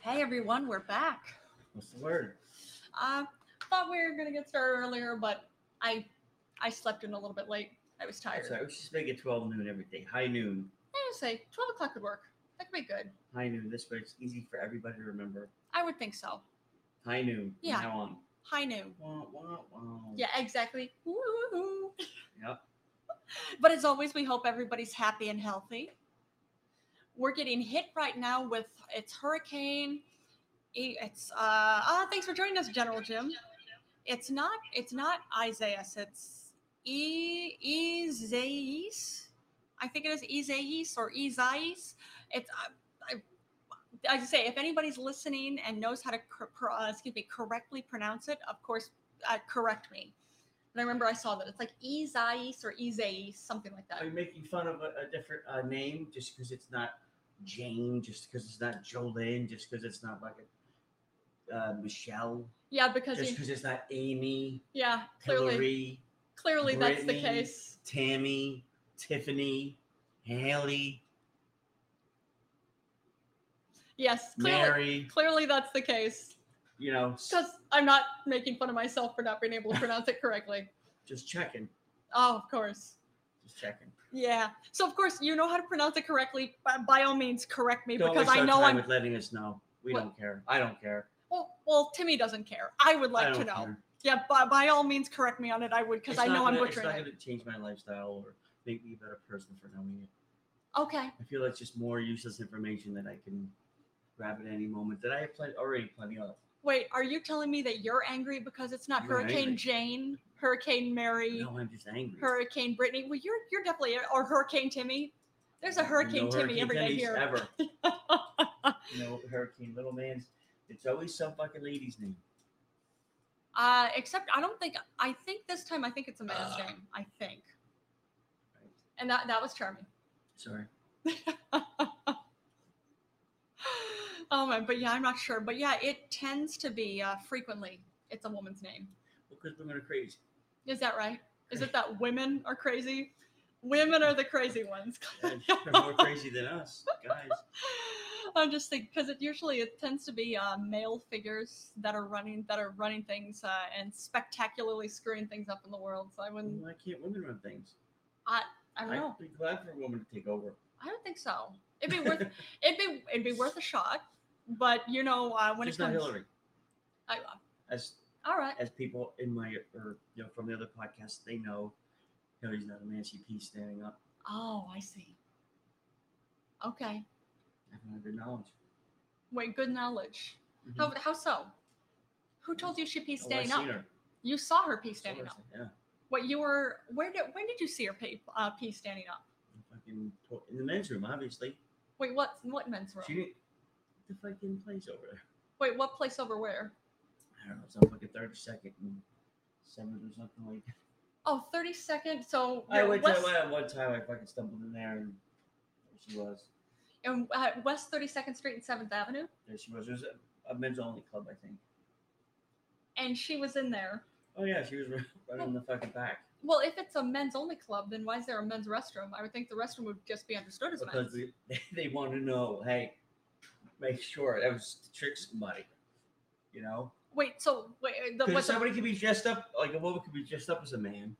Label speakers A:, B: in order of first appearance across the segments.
A: Hey everyone, we're back.
B: What's the word?
A: Uh, thought we were gonna get started earlier, but I I slept in a little bit late. I was tired.
B: Sorry, we should just make it 12 noon every day. High noon.
A: I would say twelve o'clock would work. That could be good.
B: High noon. This way it's easy for everybody to remember.
A: I would think so.
B: High noon. from
A: Yeah.
B: Now on.
A: High noon.
B: Wah, wah, wah.
A: Yeah, exactly. Woo-hoo-hoo.
B: Yep.
A: But as always, we hope everybody's happy and healthy. We're getting hit right now with it's hurricane. It's uh, ah, thanks for joining us, General Jim. It's not it's not Isaias. It's E Ezais. I think it is Ezais or Ezais. It's I, I, I just say if anybody's listening and knows how to cor- pro- uh, excuse me correctly pronounce it, of course, uh, correct me. And I remember I saw that it's like Ezais or Ezais, something like
B: Are
A: that.
B: you making fun of a, a different uh, name just because it's not Jane, just because it's not Jolene, just because it's not like a, uh, Michelle,
A: Yeah, because
B: just
A: you-
B: because it's not Amy,
A: yeah, clearly,
B: Hillary,
A: clearly that's the
B: Brittany.
A: case.
B: Tammy, Tiffany, Haley,
A: Yes, clearly,
B: Mary.
A: clearly that's the case.
B: You know, s-
A: Because I'm not making fun of myself for not being able to pronounce it correctly.
B: just checking.
A: Oh, of course.
B: Just checking.
A: Yeah. So of course you know how to pronounce it correctly. By, by all means, correct me
B: Don't
A: because
B: waste
A: I
B: our
A: know
B: time
A: I'm.
B: with letting us know. We
A: What?
B: don't care. I don't care.
A: Well, well, Timmy doesn't care. I would
B: I
A: like
B: don't
A: to know.
B: care.
A: Yeah, by, by all means, correct me on it. I would because
B: It's
A: I
B: not
A: know I'm
B: gonna-
A: butchering
B: It's
A: it.
B: not going to change my lifestyle or make me a better person for knowing it.
A: Okay.
B: I feel it's just more useless information that I can grab at any moment that I have plenty, already plenty of.
A: Wait, are you telling me that you're angry because it's not
B: I'm not
A: Hurricane
B: angry.
A: Jane, Hurricane Mary,
B: No, I'm just angry.
A: Hurricane Brittany? Well, you're you're definitely or Hurricane Timmy. There's a Hurricane
B: no
A: Timmy
B: hurricane
A: every day
B: Timmys
A: here.
B: Ever. no hurricane little man's. It's always some fucking lady's name.
A: Uh, except I don't think I think this time I think it's a man's
B: Ah.
A: name. I think.
B: Right.
A: And that that was charming.
B: Sorry.
A: oh man, but yeah, I'm not sure. But yeah, it tends to be uh, frequently it's a woman's name.
B: Because women are crazy.
A: Is that right? Is it that women are crazy? Women are the crazy ones.
B: They're more crazy than us, guys.
A: I'm just thinking because it usually it tends to be uh, male figures that are running that are running things uh, and spectacularly screwing things up in the world. So I wouldn't.
B: Why can't women run things?
A: I don't know.
B: I'd be glad for a woman to take over.
A: I don't think so. It'd be worth it'd be it'd be worth a shot. But you know uh, when
B: Just
A: it
B: not
A: comes.
B: Hillary.
A: I, uh,
B: As
A: all right.
B: as people in my or you know from the other podcasts, they know Hillary's not a Nancy P standing up.
A: Oh, I see. Okay.
B: I have not good knowledge.
A: Wait, good knowledge.
B: Mhm.
A: How, how so? Who told you she pee
B: Oh,
A: standing
B: I've
A: up?
B: seen her.
A: You saw her pee
B: I saw
A: standing
B: her
A: up.
B: stand- Yeah.
A: What you were? Where did? When did you see her pee, uh, pee standing up?
B: In the Fucking to- in the men's room, obviously.
A: Wait, what? What men's room?
B: She didn't the fucking place over there.
A: Wait, what place over where?
B: I don't know, some fucking thirty second and seventh or something like that.
A: Oh, 32nd. So
B: I
A: you're
B: went
A: West,
B: to I went one time I fucking stumbled in there and there she was.
A: and, uh, West 32nd Street and Seventh Avenue,
B: There she was. It was a, a men's only club, I think.
A: and she was in there.
B: Oh yeah, she was right right on the fucking back.
A: Well, if it's a men's only club, then why is there a men's restroom? I would think the restroom would just be understood as
B: because
A: men's.
B: they, they want to know, hey, make sure that was to trick somebody, you know?
A: Wait, so wait, uh, the,
B: Because
A: what the-
B: somebody could be dressed up, like a woman could be dressed up as a man,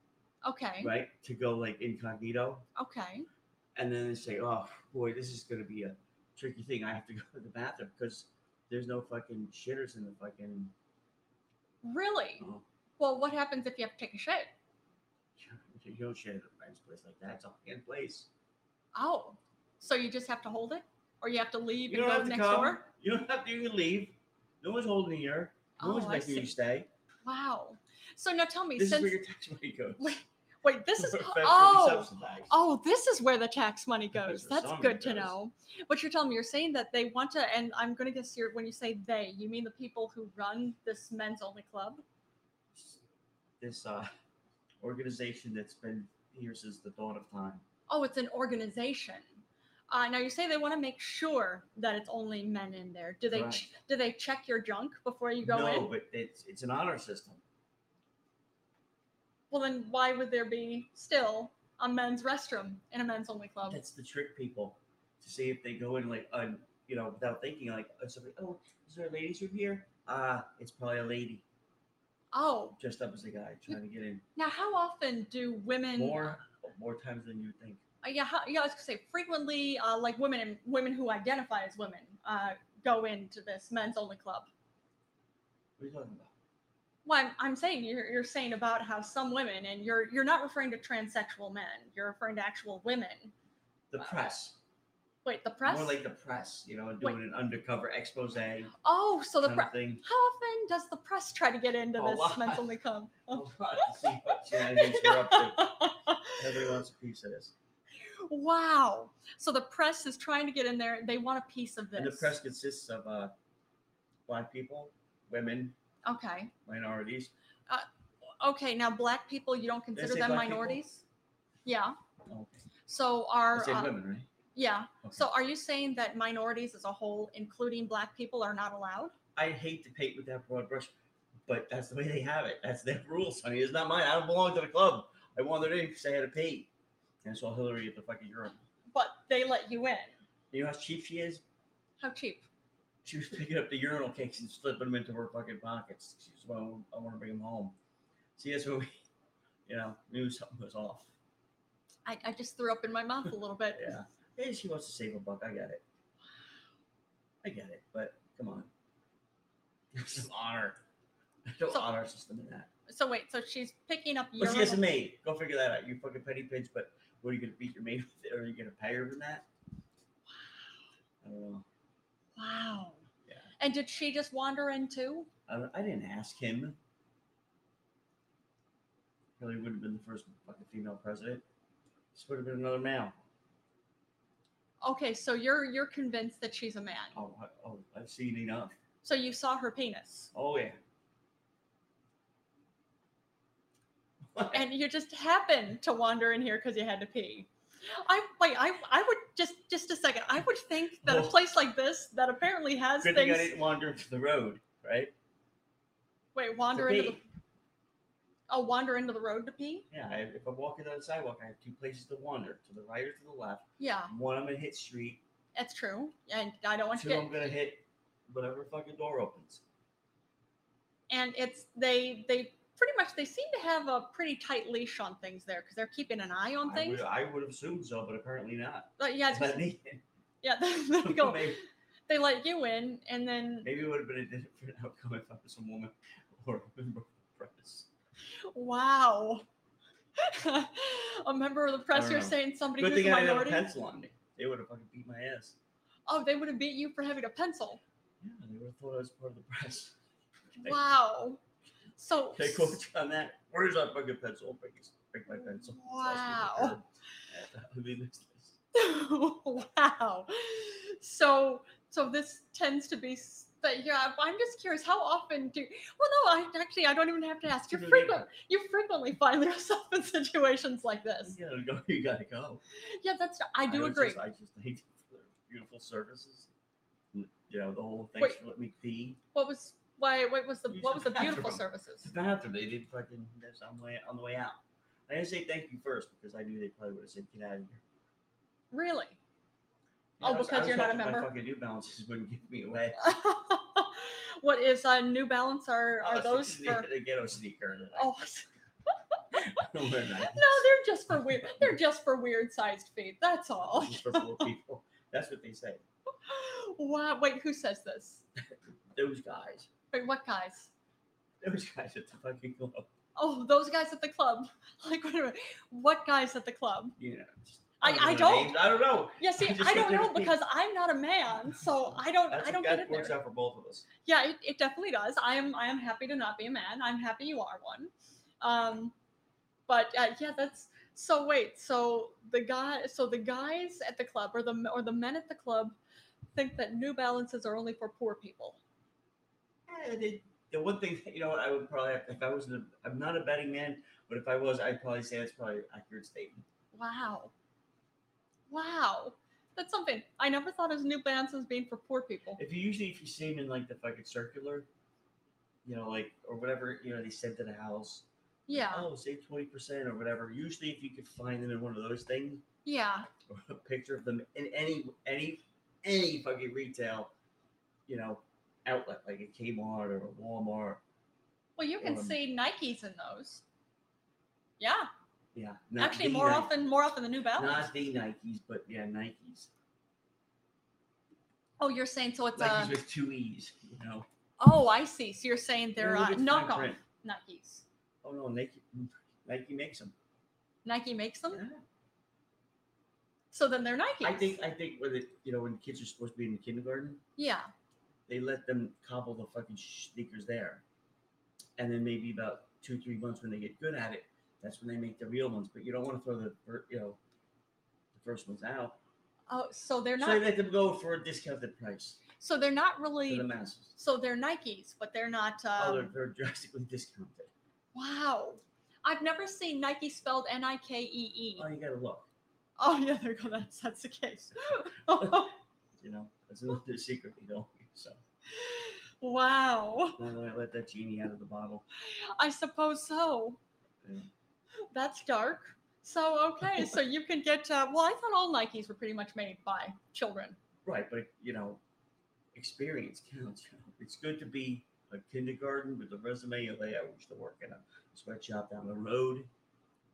A: okay,
B: right? To go like incognito,
A: okay,
B: and then they say, oh boy, this is going to be a tricky thing. I have to go to the bathroom because there's no fucking shitters in the fucking.
A: really?
B: Oh,
A: Well, what happens if you have to take a shit?
B: you don't shit at a nice place like that. It's a fucking place.
A: Oh, so you just have to hold it, or you have to leave
B: You
A: and
B: don't
A: go
B: have to
A: next
B: come.
A: door?
B: You don't have to you can leave. No one's holding you here. No
A: Oh,
B: one's
A: I
B: making you
A: see.
B: stay.
A: Wow. So now tell me,
B: This is
A: since
B: where your tax money goes.
A: wait, this is
B: Federally
A: oh
B: subsidized.
A: oh, this is where the tax money
B: That's
A: goes.
B: where
A: That's
B: some of
A: good
B: it
A: to
B: goes.
A: know. But you're telling me you're saying that they want to, and I'm going to guess you're when you say they, you mean the people who run this men's only club?
B: this uh, organization that's been here since the dawn of time.
A: Oh, it's an organization. Uh, now you say they want to make sure that it's only men in there. Do they ch- do they check your junk before you go
B: no,
A: in?
B: but it's it's an honor system.
A: Well, then why would there be still a men's restroom in a men's only club?
B: That's the trick, people, to see if they go in like un, you know, without thinking, like, oh, somebody, oh, is there a ladies' room here? Ah, it's probably a lady
A: Oh,
B: dressed up as a guy trying to get in.
A: now how often do women?
B: More, more times than you would think.
A: Uh, yeah, how, yeah. I was gonna say frequently, uh, like women and women who identify as women uh, go into this men's only club.
B: What are you talking about?
A: Well, I'm, I'm saying you're, you're saying about how some women, and you're you're not referring to transsexual men. You're referring to actual women.
B: The
A: Uh,
B: press.
A: Wait, the press.
B: More like the press, you know, doing an undercover expose kind
A: oh, so the press.
B: of thing.
A: How often does the press try to get into
B: A
A: this
B: lot.
A: men's only club?
B: I'll try to see what shenanigans you're up to. Everyone wants a piece of this.
A: Oh, wow. So the press is trying to get in there. They want a piece of this.
B: And the press consists of uh, black people, women,
A: Okay.
B: minorities.
A: Okay. Now, black people, you don't consider
B: say
A: them
B: black people?
A: minorities? Yeah.
B: Oh,
A: So
B: I
A: are
B: said
A: uh,
B: women, right?
A: yeah.
B: Okay.
A: So are you saying that minorities as a whole, including black people, are not allowed?
B: I hate to paint with that broad brush, but that's the way they have it. That's their rules, honey. It's not mine. I don't belong to the club. I wandered in because I had to pay. And it's all Hillary at the fucking urinal.
A: But they let you in.
B: You know how cheap she is?
A: How cheap?
B: She was picking up the urinal cakes and slipping them into her fucking pockets. She was, well, I want to bring them home. See, that's when we, you know, knew something was off.
A: I, I just threw up in my mouth a little bit.
B: Yeah. Hey, she wants to save a buck. I get it. I get it, but come on. There's no honor. There's no
A: So-
B: honor system in that.
A: So wait, so she's picking up
B: But she has a
A: urinal.
B: maid. Go figure that out. You fucking petty bitch, but what are you gonna beat your maid with it? Or are you gonna pay her than that? I don't know.
A: Wow.
B: Yeah.
A: And did she just wander in too?
B: I, don't- I didn't ask him. Hillary would have been the first fucking female president. This would have been another male.
A: Okay, so you're you're convinced that she's a man.
B: Oh, I, oh, I've seen enough.
A: So you saw her penis,
B: Oh yeah.
A: and you just happened to wander in here because you had to pee. I wait. I I would just just a second. I would think that a
B: Oh.
A: place like this that apparently has
B: Good thing I
A: things.
B: didn't wander into the road, right?
A: Wait, wander into the
B: pee.
A: oh, wander into the road to pee.
B: Yeah, I, if I'm walking down the sidewalk, I have two places to wander to the right or to the left.
A: Yeah,
B: One, I'm gonna hit street.
A: that's true. And Ah. I don't want to
B: Two, I'm
A: get.
B: gonna hit whatever fucking door opens.
A: And it's they they pretty much they seem to have a pretty tight leash on things there because they're keeping an eye on
B: I
A: things.
B: would, I would have assumed so, but apparently not.
A: But yeah, it's-
B: Let me in.
A: yeah. There you go.
B: maybe,
A: They let you in, and then
B: maybe it would have been a different outcome if I was a woman or a member of the press.
A: Wow. a member of the press,
B: don't
A: you're
B: know.
A: saying somebody
B: Good
A: who's a
B: thing I didn't have a
A: minority?
B: pencil on me. They would have fucking beat my ass.
A: Oh, they would have beat you for having a pencil.
B: Yeah, they would have thought I was part of the press. They-
A: Wow. So,
B: They coach on that. Where's that fucking pencil? Break, his- break my pencil.
A: Wow.
B: I mean, this is-
A: wow. So, so this tends to be, s- but yeah, I'm just curious. How often do? Well, no, I actually I don't even have to ask. You
B: No, no,
A: frequent, you frequently find yourself in situations like this.
B: You gotta go. You gotta go.
A: Yeah, that's. Mm-hmm. I do
B: was
A: agree.
B: Just, I just thank you for their beautiful services. You know, the whole thanks
A: Wait.
B: for letting me pee.
A: what was why? What was the
B: You
A: what
B: said
A: was the beautiful
B: bathroom.
A: services?
B: It's not after they did fucking this on the way on the way out. I didn't say thank you first because I knew they probably would have said get out of here.
A: Really?
B: Yeah,
A: Oh,
B: I was- I
A: because
B: was
A: you're not a
B: hoping
A: member?
B: My fucking New Balances wouldn't give me away.
A: what is uh, New Balance? Are are
B: Unless
A: those
B: it's a-
A: for?
B: a ghetto sneaker? that I
A: Oh
B: don't wear
A: no,
B: nice.
A: they're just for weird. They're just for weird-sized feet. That's all.
B: This is for poor people. That's what they say.
A: Wow. Wait, who says this?
B: Those guys.
A: Wait, what guys?
B: Those guys at the fucking club.
A: Oh, those guys at the club. Like, wait a minute. What guys at the club?
B: You know. just-
A: I- I
B: know
A: don't-
B: their names. I don't know.
A: Yeah, see,
B: I just
A: I don't
B: don't
A: know
B: think-
A: because I'm not a man, so I don't.
B: That's
A: I don't
B: that
A: get it
B: works
A: there.
B: out for both of us.
A: Yeah, it, it definitely does. I am. I am happy to not be a man. I'm happy you are one. Um, but uh, yeah, that's so. Wait, so the guy, so the guys at the club, or the or the men at the club, think that New Balances are only for poor people.
B: Yeah, they, the one thing you know, what I would probably have, if I was, not I'm not a betting man, but if I was, I'd probably say that's probably an accurate statement.
A: Wow. Wow. That's something I never thought of New Balances being for poor people.
B: If you usually if you see them in like the fucking circular, you know, like or whatever, you know, they sent to the house. like,
A: Yeah.
B: Oh, save twenty percent or whatever. Usually, if you could find them in one of those things
A: Yeah.
B: or a picture of them in any any any fucking retail, you know, outlet like a Kmart or a Walmart.
A: Well, you can
B: Um,
A: see Nikes in those. Yeah,
B: Yeah, not
A: actually,
B: the
A: more
B: Nike-
A: often, more often the New Balance.
B: Not the Nikes, but yeah, Nikes.
A: oh, you're saying so it's
B: Nikes
A: uh
B: with two E's, you know.
A: Oh, I see. So you're saying they're
B: Look
A: uh,
B: at the fine
A: knockoff
B: print.
A: Nikes.
B: Oh no, Nike, Nike makes them.
A: Nike makes them, so then they're Nikes.
B: I think I think when the you know when kids are supposed to be in kindergarten,
A: Yeah.
B: they let them cobble the fucking sneakers there, and then maybe about two three months when they get good at it, that's when they make the real ones. But you don't want to throw the fir- you know the first ones out,
A: Oh, so they're
B: so
A: not.
B: they let them go for a discounted price
A: so they're not
B: to
A: really.
B: the masses.
A: so they're Nikes, but they're not. Um,
B: oh, they're, they're drastically discounted.
A: wow. I've never seen Nike spelled N I K E E.
B: Oh, you gotta look.
A: Oh yeah, there you go. That's that's the case. Oh,
B: You know that's another secret. You know, so
A: wow.
B: now that I let that genie out of the bottle,
A: I suppose so.
B: Yeah.
A: That's dark. So okay, so you can get. Uh, well, I thought all Nikes were pretty much made by children.
B: right? But you know, experience counts. you know. It's good to be a kindergarten with a resume. You're like, I used to work in a sweatshop down the road.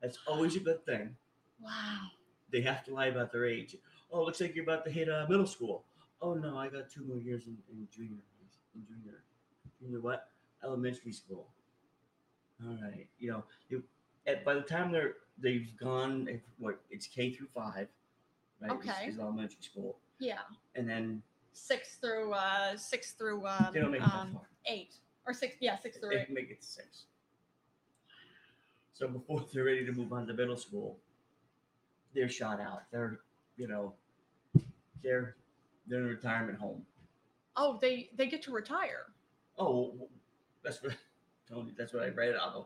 B: That's always a good thing.
A: Wow.
B: They have to lie about their age. Oh, looks like you're about to hit uh, middle school. Oh no, I got two more years in, in junior, in junior, junior what? Elementary school. All right, you know, you, at, by the time they're they've gone, if- what it's K through five, right? is-
A: Okay.
B: is elementary school,
A: Yeah.
B: and then
A: Six through uh six through um,
B: they don't make it that
A: um
B: far.
A: eight or six. Yeah, six through
B: They
A: eight.
B: can make it to six. So before they're ready to move on to middle school, they're shot out. They're, you know, they're they're in a retirement home.
A: Oh, they they get to retire.
B: Oh, well, well, that's what Tony. That's what I read of them.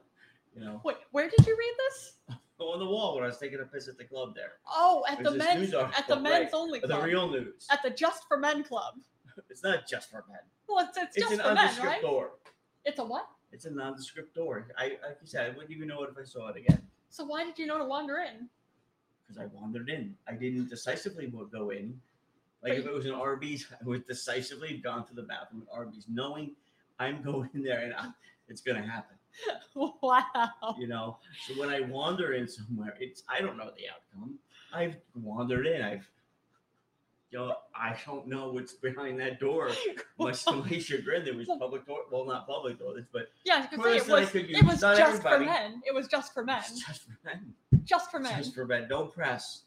B: You know,
A: Wait, where did you read this?
B: on the wall when I was taking a piss at the club there.
A: Oh, at
B: There's
A: the
B: this
A: men's
B: news article,
A: at the
B: right,
A: men's only
B: The
A: club.
B: real news.
A: at the Just for Men club.
B: It's not just for men.
A: Well, it's, it's,
B: It's
A: just
B: an
A: for men,
B: undescript
A: right?
B: door.
A: It's a what?
B: It's a nondescript door. I like you said, I wouldn't even know it if I saw it again
A: So why did you know to wander in?
B: because I wandered in. I didn't decisively wo- go in. Like
A: But
B: if it was an Arby's, I would decisively have gone to the bathroom at Arby's, knowing I'm going in there and i it's gonna happen.
A: wow.
B: You know. So when I wander in somewhere, it's I don't know the outcome. I've wandered in. I've you know, I don't know what's behind that door. Much to my chagrin, there was public door. Well, not public toilets, but
A: Yeah, you could say
B: Toilets
A: it
B: that I
A: was,
B: could
A: it
B: use,
A: was
B: not
A: just
B: everybody.
A: for men. It was just for men.
B: it's just for men.
A: Just for men.
B: Just for men. No press.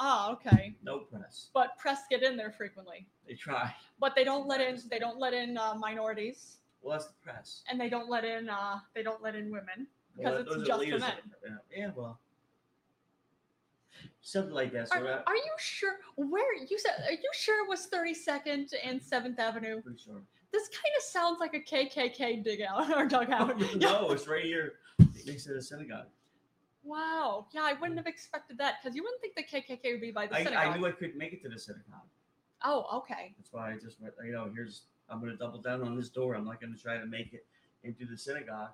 A: Ah, okay.
B: No press.
A: But press get in there frequently.
B: They try.
A: But they don't let in. They don't let in uh, minorities,
B: Well, that's the press.
A: and they don't let in. Uh, they don't let in women. Because it's
B: those are
A: just for
B: leaders
A: men.
B: that- Yeah, yeah, well, something like that. So
A: Are,
B: that-
A: are you sure? Where you said? Are you sure it was 32nd and Seventh Avenue?
B: pretty sure.
A: This kind of sounds like a KKK dig out or dugout. Yeah.
B: Oh, no, it's right here next to the synagogue.
A: Wow. Yeah, I wouldn't have expected that because you wouldn't think the KKK would be by the
B: I, I
A: synagogue.
B: knew I couldn't make it to the synagogue.
A: oh, okay.
B: That's why I just went. You know, here's I'm going to double down on this door. I'm not going to try to make it into the synagogue.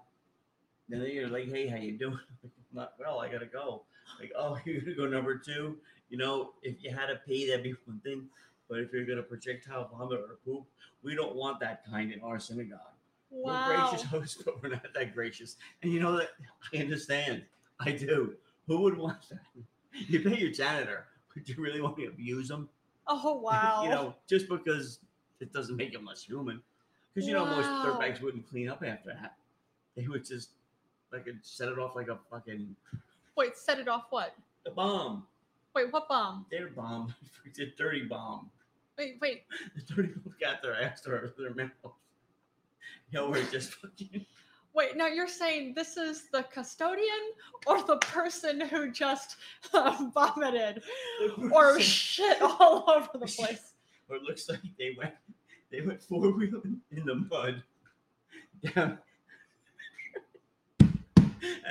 B: Then you're like, hey, how you doing? not well. I gotta go. Like, oh, you're gonna go number two. You know, if you had to pee, that'd be one thing. But if you're gonna projectile vomit or poop, we don't want that kind in our synagogue. We're
A: Wow.
B: gracious hosts, but we're not that gracious. And you know that I understand. I do. Who would want that? You pay your janitor, but you really want to abuse him?
A: Oh, wow.
B: you know, just because it doesn't make him less human. Because you know most
A: Wow.
B: dirtbags wouldn't clean up after that. They would just like set it off like a fucking
A: Wait, set it off what?
B: a bomb.
A: Wait, what bomb?
B: Their bomb, it's a dirty bomb.
A: Wait, wait.
B: The dirty bomb got their ass out of their mouth. You know, we're just fucking.
A: Wait, now you're saying this is the custodian or the person who just uh, vomited or shit all over the place?
B: or it looks like they went they went four wheeling in the mud down and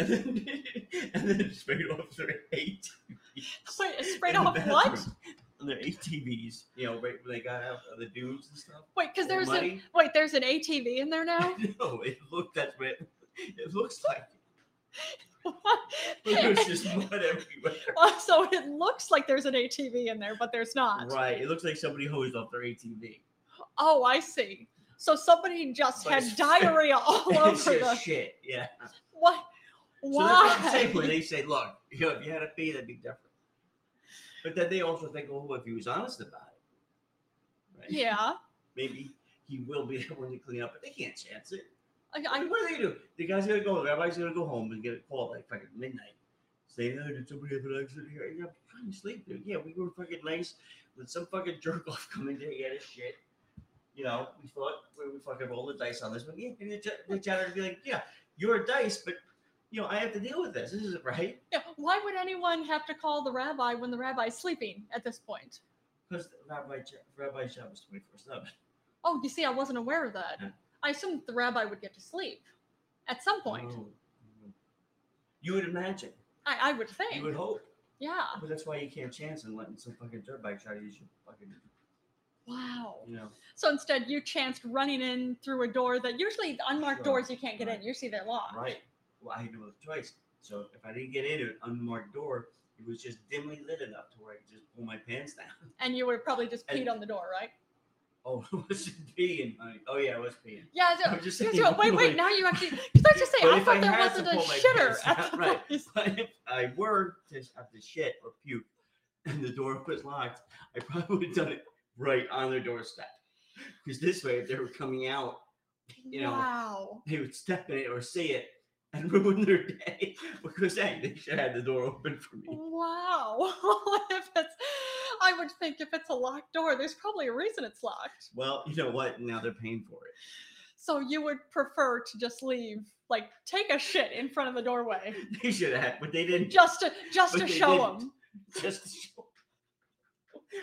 B: then and then straight off their eight
A: Wait, it sprayed
B: in the
A: off what?
B: bathroom. On their ATVs, you know, right when they got out of the dunes and stuff.
A: Wait, because
B: All
A: there's a
B: muddy.
A: wait, there's an ATV in there now.
B: No, it looked that's what it, it looks like. There's just mud everywhere.
A: Oh, so it looks like there's an ATV in there, but there's not.
B: Right. It looks like somebody hosed off their ATV.
A: Oh, I see. So somebody just
B: But
A: had
B: it's-
A: diarrhea all over
B: it's just
A: the.
B: shit. Yeah.
A: What?
B: So that's what I'm
A: Why?
B: saying when they say, look, you know, if you had a fee, that'd be different. But then they also think, oh, if he was honest about it, right?
A: yeah.
B: Maybe he will be the one to clean up, but they can't chance it.
A: I,
B: I
A: I,
B: mean, what are they gonna do? The guy's gonna go. Everybody's gonna go home and get a call like fucking midnight. Say, hey, did somebody have an accident here? You're fucking sleep, dude. Yeah, we were fucking nice, but some fucking jerk off come in there, he had his shit. You know, we thought we would fucking roll the dice on this, but yeah, and the, ch- the chatter would be like, yeah, you're a dice, but you know, I have to deal with this. This isn't right
A: yeah, why would anyone have to call the rabbi when the rabbi's sleeping at this point?
B: because Rabbi Ch- Rabbi Shab was twenty four seven.
A: Oh, you see, I wasn't aware of that.
B: Yeah.
A: I assumed the rabbi would get to sleep at some point.
B: Oh. You would imagine.
A: I, I would
B: You
A: think.
B: would hope.
A: yeah.
B: But that's why you can't chance and letting some fucking dirt bike try to use your fucking,
A: Wow.
B: you know.
A: So instead, you chanced running in through a door that usually unmarked
B: Sure.
A: doors you can't get
B: Right.
A: in. You see they're locked.
B: Right. Well, I had no other choice. So if I didn't get in an unmarked door, it was just dimly lit enough to where I could just pull my pants down.
A: And you would probably just
B: And-
A: peed on the door, right?
B: Oh, I was peeing, honey. Oh yeah, I was peeing.
A: Yeah. so-
B: I was just
A: so-
B: saying.
A: so- wait, wait.
B: literally,
A: Now you actually. Because I was just saying,
B: But
A: I
B: if
A: thought
B: I
A: there
B: had to
A: wasn't a
B: pull my
A: shitter
B: pants
A: at
B: down,
A: the
B: right.
A: place.
B: if I were to have to shit or puke, and the door was locked, I probably would have done it right on their doorstep. Because this way, if they were coming out, You know.
A: wow.
B: they would step in it or see it and ruin their day. Because hey, they should have had the door open for me.
A: Oh. Wow. if it's, I would think if it's a locked door, there's probably a reason it's locked.
B: Well, you know what? Now they're paying for it.
A: So you would prefer to just leave, like take a shit in front of the doorway,
B: They should have, but they didn't.
A: just to just
B: But
A: to
B: they
A: show
B: didn't.
A: them.
B: Just to show.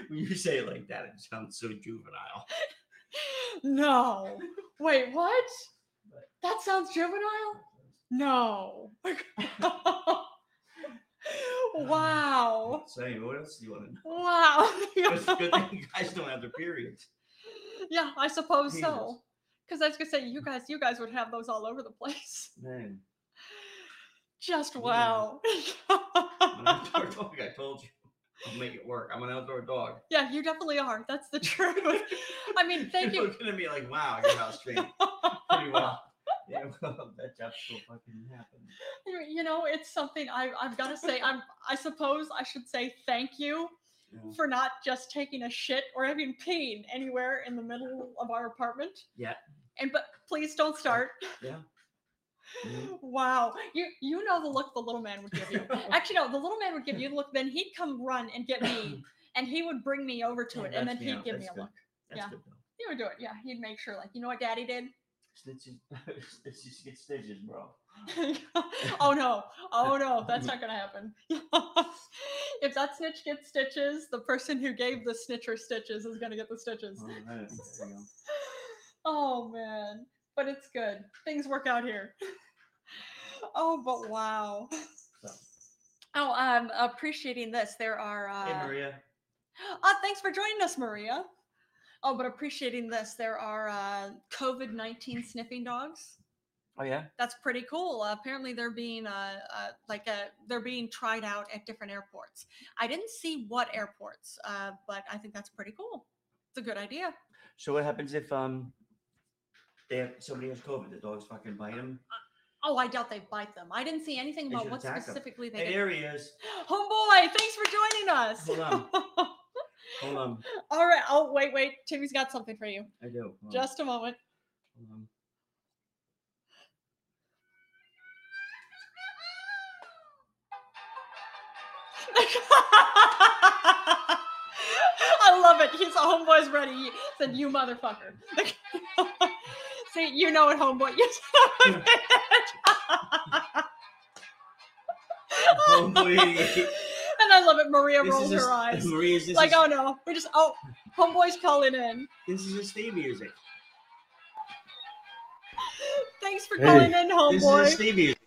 B: When you say it like that, it sounds so juvenile.
A: No. Wait, what?
B: But-
A: That sounds juvenile? No. wow.
B: So anyway, what else do you want to know?
A: Wow.
B: It's a good thing you guys don't have their periods.
A: yeah, I suppose
B: Jesus.
A: so. Because I was gonna say, you guys, you guys would have those all over the place.
B: Man,
A: Just
B: Yeah.
A: wow.
B: I'm an outdoor dog. I told you, I'll make it work. I'm an outdoor dog.
A: yeah, you definitely are. That's the truth. I mean, thank
B: You're
A: you.
B: looking at me like, wow, your house trained pretty well. Yeah, well, that job still fucking happened.
A: You know, it's something I, I've got to say. I'm. I suppose I should say thank you
B: Yeah.
A: for not just taking a shit or having peeing anywhere in the middle of our apartment.
B: Yeah.
A: And but please don't start.
B: Yeah. Mhm.
A: Wow. You you know the look the little man would give you. Actually, no, the little man would give you the look, then he'd come run and get me and he would bring me over to
B: Yeah,
A: it and then
B: that's me
A: he'd
B: out.
A: give me
B: That's
A: a
B: good.
A: look.
B: That's
A: Yeah.
B: good though.
A: He would do it. Yeah. He'd make sure, like, you know what daddy did?
B: Snitches, snitches get stitches, bro.
A: oh no. Oh no, that's not gonna happen. if that snitch gets stitches, the person who gave the snitcher stitches is gonna get the stitches.
B: All right, there you go.
A: oh man, but it's good. Things work out here. oh, but wow.
B: So.
A: Oh, I'm appreciating this. There are. Uh,
B: Hey Maria,
A: uh, thanks for joining us, Maria. Oh, but appreciating this, there are uh, COVID 19 sniffing dogs.
B: Oh yeah.
A: That's pretty cool. Uh, apparently, they're being uh, uh, like uh they're being tried out at different airports. I didn't see what airports, uh, but I think that's pretty cool. It's a good idea.
B: So what happens if um they have somebody has COVID? The dogs fucking bite them.
A: Oh, I doubt they bite them. I didn't see anything
B: They
A: about
B: should
A: what
B: attack 'em.
A: specifically they
B: Hey,
A: did.
B: there he is.
A: Homeboy, thanks for joining us.
B: Hold on. Hold on.
A: All right. Oh, wait, wait. Timmy's got something for you.
B: I do. Hold on.
A: Just a moment.
B: Hold on.
A: I love it. He's a homeboy's ready. He said, you motherfucker. See, you know it, homeboy. You son of a
B: Homeboy
A: bitch.
B: idiot.
A: and I love it. Maria
B: This
A: rolled
B: is
A: her eyes.
B: his, Maria's this,
A: Like,
B: is,
A: oh no. We're just, oh, homeboy's calling in.
B: this is his theme music.
A: Thanks for
C: Hey.
A: calling in,
B: this is his
A: homeboy.
B: theme music.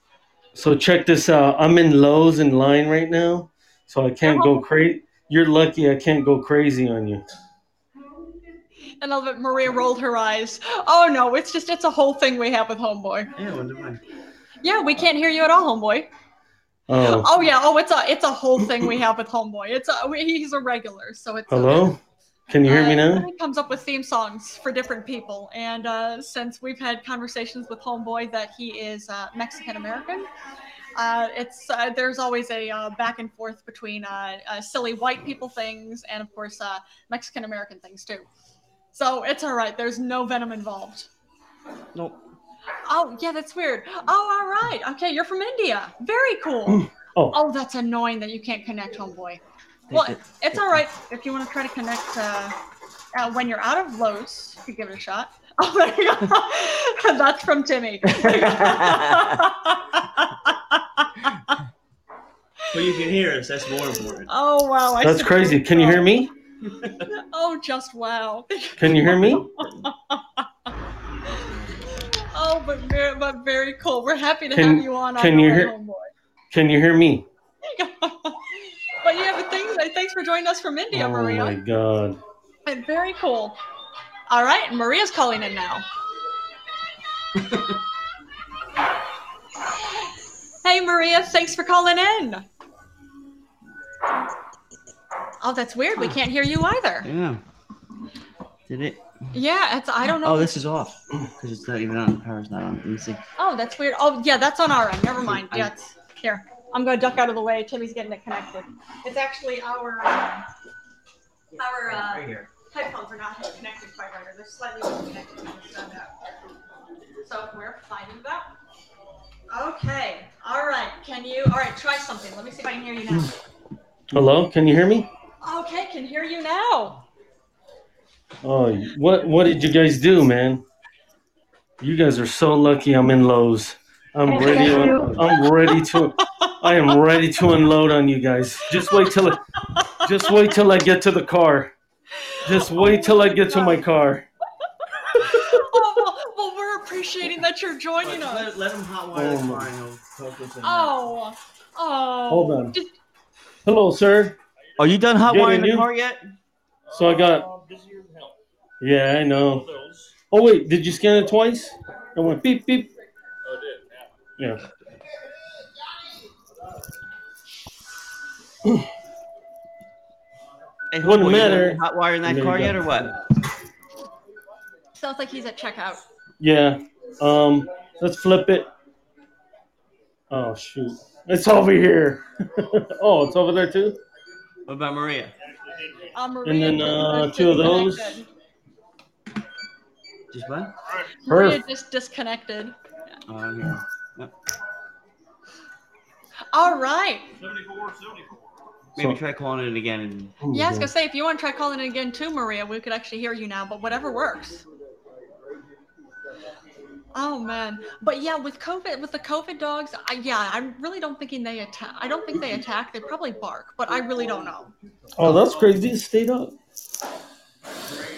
C: So check this out. I'm in Lowe's in line right now, so I can't go crazy. You're lucky I can't go crazy on you.
A: And I'll bet Maria rolled her eyes. Oh no, it's just it's a whole thing we have with homeboy.
B: Yeah, wonder why.
A: Yeah, we can't hear you at all, homeboy.
C: Oh,
A: Oh yeah. Oh, it's a it's a whole thing we have with homeboy. It's a we, he's a regular, so it's
C: hello? Can you hear me
A: Uh,
C: now?
A: He comes up with theme songs for different people, and uh, since we've had conversations with homeboy that he is uh, Mexican American, uh, it's uh, there's always a uh, back and forth between uh, uh, silly white people things and of course uh, Mexican American things too. So it's all right. There's no venom involved.
B: Nope.
A: Oh yeah, that's weird. Oh, all right. Okay, you're from India. Very cool.
C: Oh.
A: Oh, that's annoying that you can't connect, homeboy.
B: Take
A: Well,
B: it.
A: it's all right if you want to try to connect uh, uh, when you're out of Lowe's. You could give it a shot. Oh there you go. that's from Timmy.
B: But you can hear us. That's more important.
A: oh wow, I
C: That's
A: see.
C: crazy. Can you hear me?
A: Oh, just wow.
C: Can you hear me?
A: Oh, but very, but very cool. We're happy to
C: Can-
A: have you on.
C: can
A: on
C: you
A: Our
C: hear-
A: Homeboy.
C: Can you hear me?
A: but yeah, but thanks, uh, thanks for joining us from India,
C: Oh
A: Maria.
C: my god.
A: And very cool. All right, Maria's calling in now. hey, Maria, thanks for calling in. Oh, that's weird. We can't hear you either.
B: Yeah. Did it?
A: Yeah, it's I don't know.
B: Oh, this is off because it's not even on. Power's not on. Let me see.
A: Oh, that's weird. Oh, yeah, that's on our end. Never mind.
B: I-
A: Yeah, it's here. I'm gonna duck out of the way. Timmy's getting it connected. It's actually our uh, our uh,
B: Right here.
A: headphones are not connected quite right. or They're slightly disconnected. when it's done that way. So we're finding that. Okay. All right. Can you? All right. Try something. Let me see if I can hear you now.
C: Hello? Can you hear me?
A: Okay. Can hear you now.
C: Oh, what what did you guys do, man? You guys are so lucky. I'm in Lowe's. I'm
D: Thank
C: ready.
D: you.
C: I'm ready to. I am ready to unload on you guys. Just wait till. I- Just wait till I get to the car. Just wait till I get to my car.
A: oh, well, well, we're appreciating that you're joining us.
B: Let, let him hotwire
C: Oh,
B: the
C: my-
B: car and he'll talk us in.
A: Oh. Oh.
C: Hold on.
A: Just-
C: Hello, sir.
B: Are you done hot
C: Good,
B: wiring
C: and
B: the
C: you?
B: car yet?
C: So I got-
E: Uh, busy as hell.
C: Yeah, I know.
E: Those.
C: Oh wait, did you scan it twice? It went beep beep.
E: Oh, I did. Yeah.
C: Yeah.
B: Hey,
C: Wouldn't
B: homeboy, you done
C: matter.
B: Hot wiring that
C: There you
B: car
C: go.
B: yet or what?
A: Sounds like he's at checkout.
C: Yeah. Um. Let's flip it. Oh shoot! It's over here. oh, it's over there too.
B: What about Maria?
A: Uh, Maria,
C: And then, uh, two of those.
A: disconnected.
B: Just what?
A: Maria
C: Perf.
A: just disconnected.
B: Oh, I'm here.
A: All right.
E: 74, 74.
B: Maybe
C: So-
B: try calling it again. And...
C: Oh,
A: Yeah, I was
C: God.
A: gonna say if you want to try calling in again too, Maria, we could actually hear you now, but whatever works. Oh man, but yeah, with COVID, with the COVID dogs, I, yeah, I really don't thinking they attack. I don't think they attack. They probably bark, but I really don't know.
C: Oh, that's crazy. It stayed up.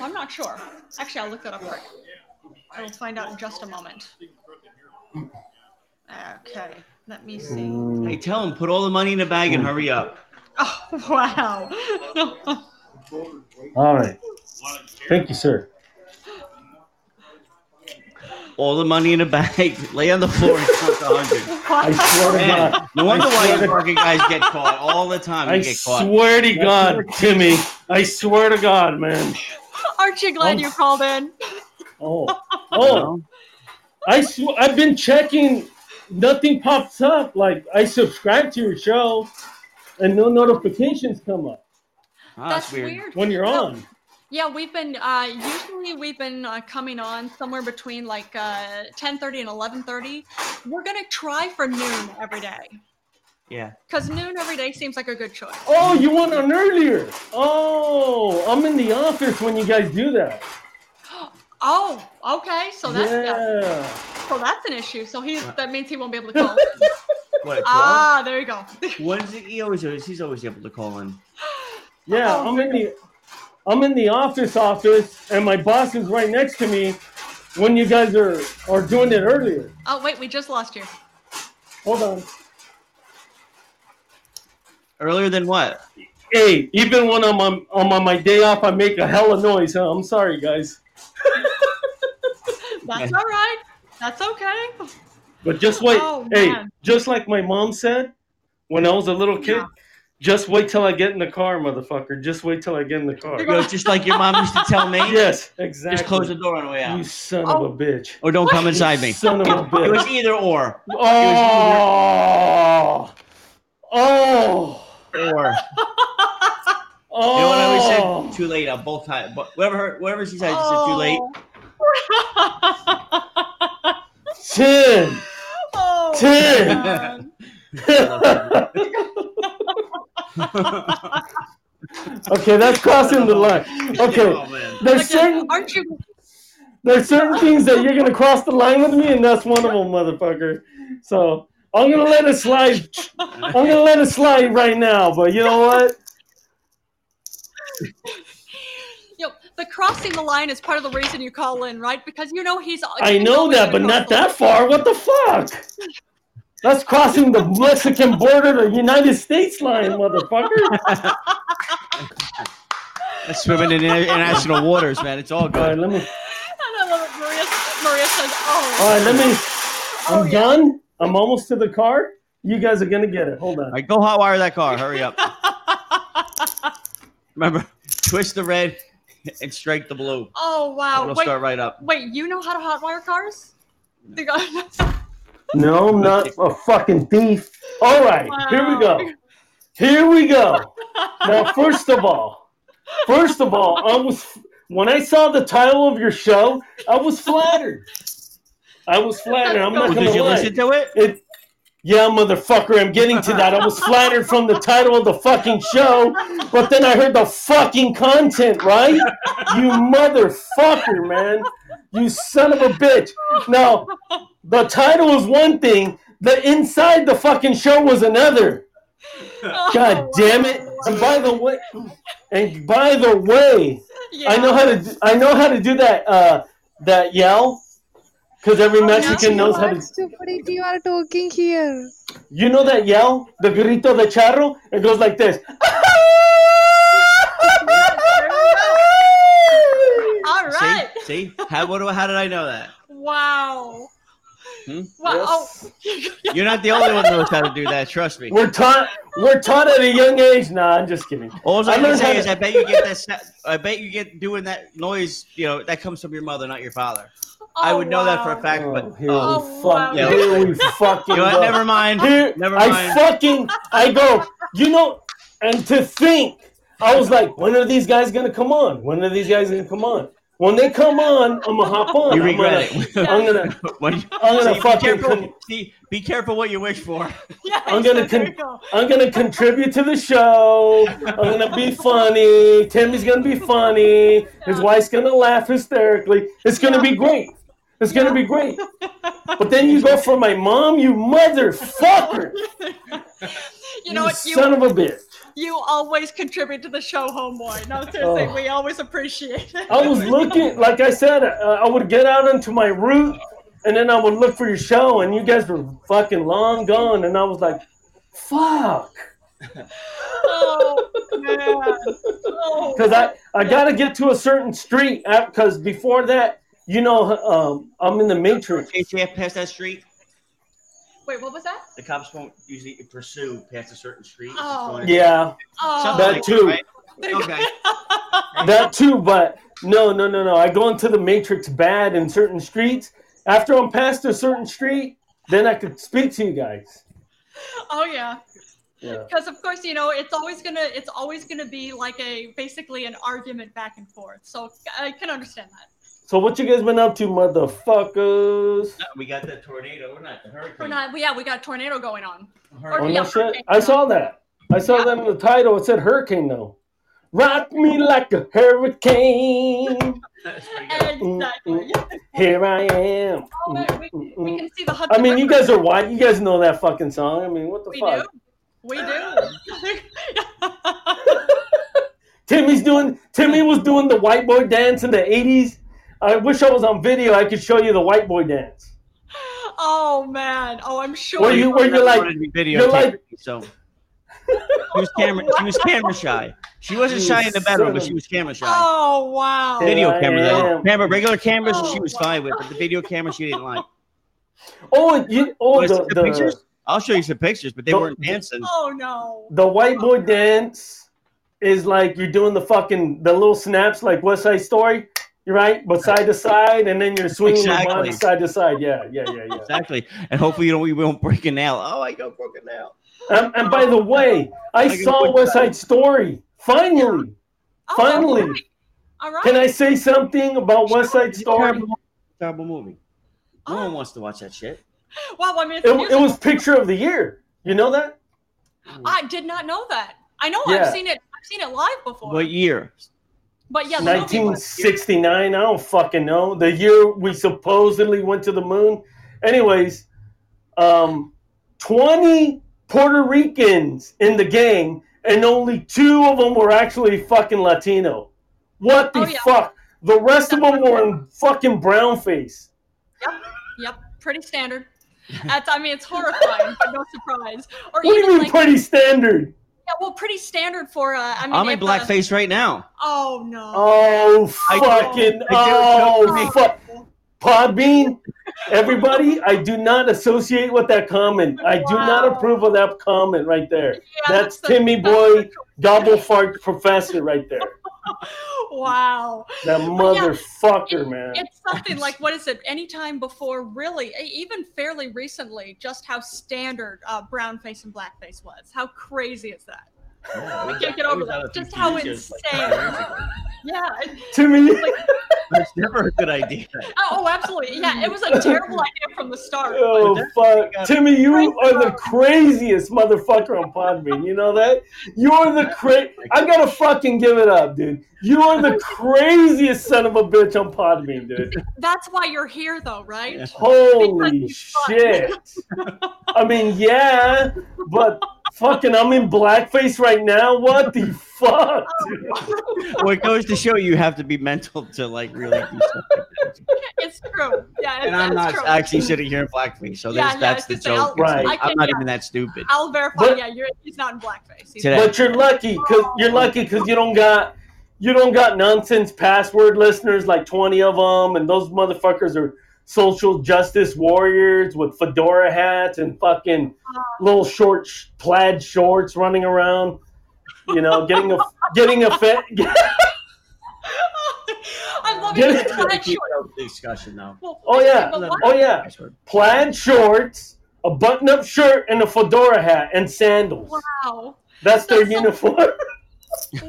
A: I'm not sure. Actually, I'll look that up quick. I will find out in just a moment. Okay, let me see.
C: Hmm.
B: Hey, tell him put all the money in the bag and hurry up.
A: Oh wow.
C: All right. Thank you, sir.
B: All the money in the bag. Lay on the floor and count to hundred.
C: I swear to
B: Man,
C: God.
B: no wonder
C: I
B: why
C: swear
B: you
C: to-
B: fucking guys get caught all the time. You
C: I
B: get caught.
C: swear to God, Timmy. I swear to God, man.
A: Aren't you glad
C: Oh.
A: you called in?
C: Oh,
B: You
C: oh.
B: know?
C: I sw- I've been checking. Nothing pops up. Like I subscribe to your show, and no notifications come up
B: Ah,
A: That's
B: that's
A: weird.
B: weird.
C: when you're
A: No,
C: on.
A: Yeah, we've been uh, usually we've been uh, coming on somewhere between like uh, ten thirty and eleven thirty. We're gonna try for noon every day
B: Yeah.
A: because noon every day seems like a good choice.
C: Oh, you went on earlier. Oh, I'm in the office when you guys do that.
A: Oh, okay, so that's
C: yeah.
A: so that's an issue. So he
B: Uh.
A: that means he won't be able to call.
B: What? at 12?
A: ah, there you go.
B: What is it? He always he's always able to call in.
C: Yeah,
A: Oh,
C: I'm in the I'm in the office office and my boss is right next to me when you guys are are doing it earlier.
A: Oh wait, we just lost you.
C: Hold on.
B: Earlier than what?
C: Hey, even when I'm on, I'm on my day off, I make a hell of noise. Huh? I'm sorry, guys.
A: That's all right. That's okay.
C: But just wait.
A: Oh,
C: hey,
A: man.
C: just like my mom said when I was a little kid,
A: Yeah.
C: just wait till I get in the car, motherfucker. Just wait till I get in the car.
A: You're
B: Yo, just like your mom used to tell me.
C: Yes, exactly.
B: Just close the door on the way
C: You
B: out,
C: son
A: Oh.
C: of a bitch.
B: or don't come inside me.
C: Son of a
B: It was
C: bitch.
B: either or.
C: Oh. Oh.
B: Or
C: Oh.
B: you know what I
A: Oh.
B: always said? Too late on both times. But whatever, her, whatever she said, I just said too late.
C: Ten.
A: oh,
C: Ten.
A: man. Oh.
C: okay, that's crossing the line. Okay,
B: Oh, man.
C: there's
A: Like,
C: certain
A: aren't you?
C: there's certain things that you're gonna cross the line with me, and that's one of them, motherfucker. So I'm gonna let it slide. I'm gonna let it slide right now. But you know what?
A: You know, the crossing the line is part of the reason you call in, right? Because you know he's.
C: I
A: you
C: know
A: he's
C: that, but
A: gonna
C: not
A: cross
C: that far. What the fuck? That's crossing the Mexican border to United States line, motherfucker.
B: That's swimming in international waters, man. It's all
C: All right,
B: good.
C: let
A: the
C: me.
A: line. And I love it. Maria, Maria says, "Oh."
C: All right, let me.
A: Oh,
C: I'm
A: yeah.
C: done. I'm almost to the car. You guys are gonna get it. Hold
B: All
C: on.
B: right, go hotwire that car. Hurry up. Remember, twist the red and strike the blue.
A: oh wow!
B: It'll
A: Wait,
B: start right up.
A: wait. You know how to hotwire cars? They got-
C: No, I'm not a fucking thief. All right, here we go. Here we go. Now, first of all, first of all, I was when I saw the title of your show, I was flattered. I was flattered. I'm not
B: Well,
C: gonna
B: did you
C: lie.
B: listen to it?
C: It, yeah, motherfucker, I'm getting to that. I was flattered from the title of the fucking show, but then I heard the fucking content, right? You motherfucker, man. You son of a bitch. Now, the title was one thing, the inside the fucking show was another. God
A: Oh,
C: damn
A: wow.
C: it. And by the way, and by the way,
A: Yeah.
C: I know how to do, I know how to do that uh that yell cuz every
A: Oh, yeah?
C: Mexican knows how to
F: stupidity you are talking here?
C: You know that yell, the grito de charro? It goes like this.
A: All right.
B: See, see, how what do, how did I know that?
A: Wow.
B: Hmm?
A: Wow. Oh.
B: You're not the only one who knows how to do that. Trust me.
C: We're taught we're taught at a young age. Nah, I'm just kidding.
B: All
C: I
B: I can
C: learned how
B: say
C: to-
B: is, I bet you get that. sa- I bet you get doing that noise. You know that comes from your mother, not your father. I would know that for a
A: oh, wow.
B: fact.
C: Oh,
B: But
C: here
B: oh,
C: we
A: Oh,
C: fuck,
B: wow.
C: here we fucking
B: you know,
C: go.
B: what? never mind.
C: Here,
B: Never
C: I
B: mind.
C: fucking I go, you know, and to think I was like, when are these guys gonna come on? When are these guys gonna come on? When they come on, I'm gonna hop on.
B: You
C: I'm
B: regret
C: gonna,
B: it.
C: I'm gonna
B: When you-
C: I'm gonna
B: see, be
C: fucking
B: careful, see, be careful what you wish for.
A: Yes,
C: I'm gonna
A: there
C: con-
A: you go.
C: I'm gonna contribute to the show. I'm gonna be funny. Timmy's gonna be funny. His wife's gonna laugh hysterically. It's gonna be great. It's gonna be great. But then you go for my mom, you motherfucker.
A: You know what? You,
C: son of a bitch.
A: you always contribute to the show, homeboy. No, seriously,
C: Oh.
A: we always appreciate it.
C: I was looking, like I said, uh, I would get out onto my route, and then I would look for your show, and you guys were fucking long gone, and I was like, fuck.
A: Oh, man. Oh,
C: because I, I got to get to a certain street because before that, you know, um, I'm in the matrix.
B: Chase you past that street.
A: Oh, Wait, what was that?
B: The cops won't usually pursue past a certain street.
A: Oh.
B: Something
C: Yeah,
A: Oh,
C: That
B: like
C: too.
B: right? Okay.
C: that too. But no, no, no, no. I go into the matrix bad in certain streets. After I'm past a certain street, then I could speak to you guys.
A: oh yeah.
C: Yeah.
A: Because of course, you know, it's always gonna it's always gonna be like a basically an argument back and forth. So I can understand that.
C: So what you guys been up to, motherfuckers?
B: Uh, We got the tornado. We're not the hurricane.
C: Hmm.
A: We're not, yeah, we got a tornado going on.
C: Oh,
A: yeah,
C: no shit.
A: hurricane.
C: I saw that. I saw that in the title. It said hurricane though. Rock me like a hurricane.
A: Exactly.
C: Here I am.
A: Oh, man, we,
C: mm,
A: we can see the Hudson
C: I mean, you
A: River.
C: guys are white. You guys know that fucking song. I mean, what the
A: We do.
C: fuck?
A: We do.
C: Timmy's doing. Timmy was doing the white boy dance in the '80s. I wish I was on video. I could show you the white boy dance.
A: oh man. Oh, I'm sure.
C: Where you? Where you're like?
B: Video
C: like-
B: so. She was camera. She was camera shy. She wasn't
C: You
B: shy in the
C: son
B: bedroom,
C: of
B: but
C: a-
B: she was camera shy.
A: Oh wow.
C: Here
B: video
C: I
B: camera,
C: am.
B: though. camera, regular cameras
A: Oh,
B: she was
A: wow.
B: fine with, but the video camera she didn't like.
C: Oh, you, oh,
D: Wanna see
C: the,
D: the
C: the,
D: pictures? I'll show you some pictures, but they
C: The-
D: weren't dancing.
A: Oh no.
C: the white boy dance is like you're doing the fucking the little snaps like West Side Story, you're right, but side to side, and then you're swinging your
D: Exactly.
C: body side to side. Yeah, yeah, yeah, yeah.
D: Exactly. And hopefully you don't you won't break a nail. Oh, I got broken nail.
C: And, and by the way, I
D: Like a
C: saw
D: quick
C: West Side Story. Finally,
A: Oh,
C: Finally.
A: All right. All right.
C: can I say something about West Side Story?
D: Terrible, terrible movie. No one
A: Oh,
D: wants to watch that shit.
A: wow. I mean, it's
C: It,
A: a
C: it
A: musical.
C: was picture of the year. You know that?
A: I did not know that. I know
C: Yeah.
A: I've seen it. I've seen it live before.
D: What year?
A: but yeah, the movie was-
C: 1969. I don't fucking know. The year we supposedly went to the moon. Anyways, um, 20 Puerto Ricans in the gang, and only two of them were actually fucking Latino. What the
A: Oh, yeah.
C: fuck? The rest of them were in fucking brown face.
A: Yep, pretty standard. That's, I mean, it's horrifying, but no surprise. Or
C: What do you
A: even
C: mean
A: like,
C: pretty standard?
A: yeah, well, pretty standard for. Uh, I mean,
D: I'm
A: if,
D: in
A: uh,
D: blackface right now.
A: oh no.
C: Oh
D: I-
C: fucking
D: I do-
C: oh fuck. Podbean, everybody, I do not associate with that comment. I do not
A: Wow.
C: approve of that comment right there.
A: Yeah,
C: That's
A: the-
C: Timmy Boy, double fart professor right there.
A: Wow.
C: That motherfucker, man.
A: It's something like what is it? Anytime before, really, e- even fairly recently, just how standard uh, brown face and blackface was. How crazy is that? I can't get over that. Just how insane. yeah. it-
C: Timmy,
D: That's never a good idea.
A: oh, absolutely. Yeah, it was a terrible idea from the start. but-
C: oh fuck, Timmy, you are the craziest motherfucker on Podbean. You know that? You're the cra. I gotta fucking give it up, dude. You are the craziest son of a bitch on Podbean, dude.
A: That's why you're here, though, right?
D: Yeah.
C: Holy
A: he's fun.
C: shit. I mean, yeah, but fucking, I'm in blackface right now. What the fuck? dude?
D: Well, it goes to show you have to be mental to like really do something.
A: It's true. Yeah, it's,
D: And I'm
A: it's
D: not
A: true.
D: actually sitting here in blackface, so that's,
A: Yeah, yeah,
D: that's
A: I
D: the
A: was gonna say,
D: joke.
A: I'll-
C: Right.
A: I
D: I'm
A: can-
D: not
A: yeah.
D: even that stupid.
A: I'll verify.
C: But-
A: yeah, you're, he's not in blackface. He's-
D: Today.
C: But you're lucky, cause you're lucky, cause you don't got you don't got nonsense password listeners like 20 of them, and those motherfuckers are social justice warriors with fedora hats and fucking
A: Uh.
C: little short sh- plaid shorts running around. You know, getting a getting a fa-
A: I'm loving
C: Get
A: this
C: it.
A: plaid short.
D: discussion now.
A: Well,
C: Oh, yeah.
A: but why-
C: Oh yeah, plaid shorts, a button-up shirt, and a fedora hat and sandals. Oh,
A: Wow.
C: That's their
A: That's so-
C: uniform.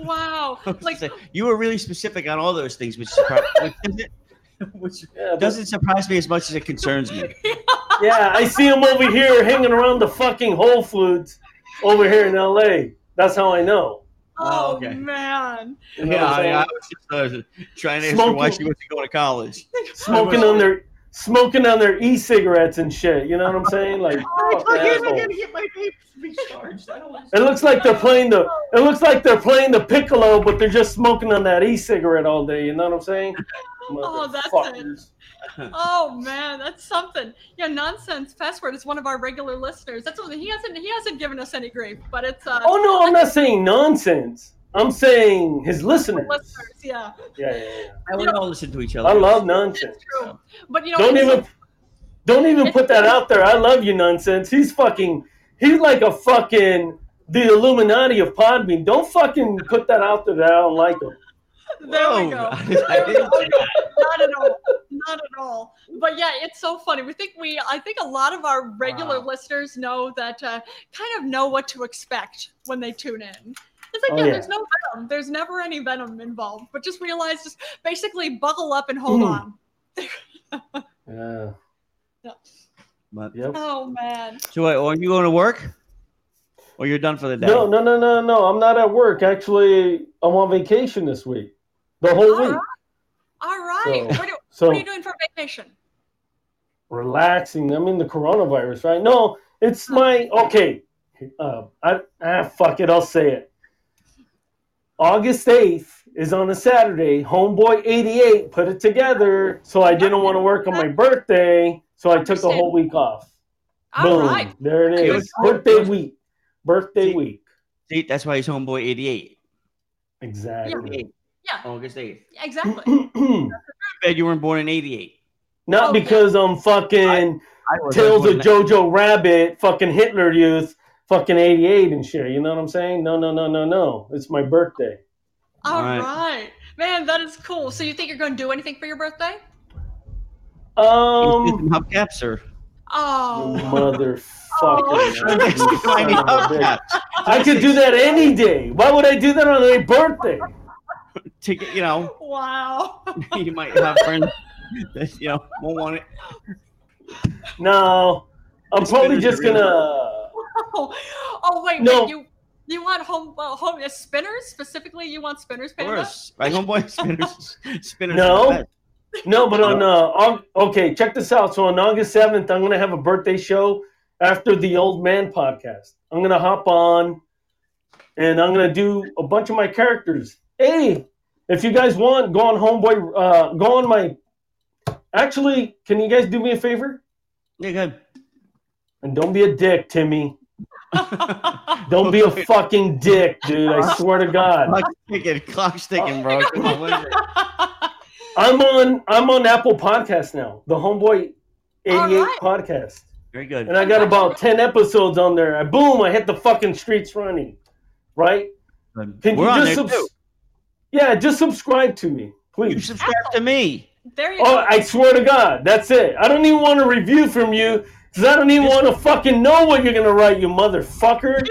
A: Wow. Like,
D: Like, you were really specific on all those things, which, surpri- which doesn't, which
C: yeah,
D: doesn't surprise me as much as it concerns me.
C: but- yeah, I see them over here hanging around the fucking Whole Foods over here in L.A. That's how I know.
A: oh,
D: Oh, okay.
A: man.
C: You know
D: Yeah,
C: what I'm
D: I, I
C: saying?
D: was just uh, trying to answer why
C: Smoking.
D: she wasn't going to college.
C: smoking on their smoking on their e-cigarettes and shit. You know what I'm saying? Like, fucking assholes.
D: get my vape
C: it looks like they're playing the it looks like they're playing the piccolo, but they're just smoking on that e-cigarette all day. You know what I'm saying?
A: Oh, that's it.
C: Motherfuckers.
A: Oh man, that's something. Yeah, nonsense password is one of our regular listeners. That's what he hasn't he hasn't given us any grief, but it's uh
C: Oh no, I'm not saying nonsense. I'm saying his listeners.
A: listeners, yeah.
C: Yeah, yeah,
D: And we all listen to each
C: yeah.
D: other.
C: I love nonsense.
A: True. But you know
C: Don't
A: it's-
C: even don't even put that out there. I love you, nonsense. He's fucking he's like a fucking the Illuminati of Podbean. Don't fucking put that out there that I don't like him.
A: There we
D: Whoa.
A: go.
D: I
A: There we
D: didn't
A: go.
D: say
A: Not at all. Not at all. But yeah, it's so funny. We think we, I think a lot of our regular
D: Wow.
A: listeners know that, uh, kind of know what to expect when they tune in. It's like,
C: Oh,
A: yeah,
C: yeah.
A: there's no venom. There's never any venom involved. But just realize, just basically buckle up and hold
C: Mm.
A: on.
C: Yeah.
D: But-
C: Yep.
A: Oh man.
D: So, wait, are you going to work? Or you're done for the day?
C: No, no, no, no, no. I'm not at work. Actually, I'm on vacation this week. The whole
A: All
C: week.
A: right. All right.
C: So-
A: what, do- what Oh, are
C: So
A: you doing for vacation?
C: relaxing. I mean the coronavirus, right? No, it's my okay. Uh, I ah fuck it, I'll say it. August eighth is on a Saturday. Homeboy eighty eight put it together, so I didn't want to work on my birthday, so I took the whole week off.
A: All
C: Boom,
A: right.
C: there it
D: It
C: is.
D: was-
C: birthday week, birthday
D: See-
C: week.
D: See, that's why he's homeboy 88.
C: Exactly.
A: Yeah.
D: August 8th.
A: Exactly.
D: Bet you weren't born in 88.
C: Not
A: Okay.
C: because I'm fucking Tales of Jojo Rabbit, fucking Hitler Youth, fucking 88 and shit. You know what I'm saying? No, no, no, no, no. It's my birthday.
A: All
B: Right.
A: right. Man, that is cool. So you think you're going to do anything for your birthday?
C: Um,
B: hubcaps or
A: Oh.
C: motherfucker.
B: I
C: you son of a bitch.
B: hubcaps
C: I could do that any day. Why would I do that on my birthday?
B: to get, you know,
A: Wow.
B: you might have friends that you know won't want it.
C: No, I'm probably just gonna.
A: oh wait,
C: No.
A: wait, you you want home uh, home uh, spinners specifically? You want spinners,
B: Of
A: Panda?
B: course, right, homeboy spinners, spinners.
C: No. No, but on uh, Au- okay, check this out. So on August seventh, I'm gonna have a birthday show after the Old Man podcast. I'm gonna hop on, and I'm gonna do a bunch of my characters. Hey, if you guys want, go on Homeboy. Uh, go on my. Actually, can you guys do me a favor
B: yeah, good.
C: and don't be a dick, Timmy? Don't be a fucking dick, dude. I swear to God.
B: clock sticking, clock's ticking, bro. Come on, what is it?
C: I'm on I'm on Apple Podcast now, the Homeboy 88
A: All right.
C: podcast.
B: Very good.
C: And uh, I got about 10 episodes on there. I boom, I hit the fucking streets running. Right? Can
B: We're
C: you
B: on
C: just
B: there
C: subs-
B: too.
C: Yeah, just subscribe to me,
B: You
C: please.
B: subscribe to me.
A: there you
C: Oh,
A: go.
C: I swear to God, that's it. I don't even want a review from you because I don't even want to fucking know what you're gonna write, you motherfucker.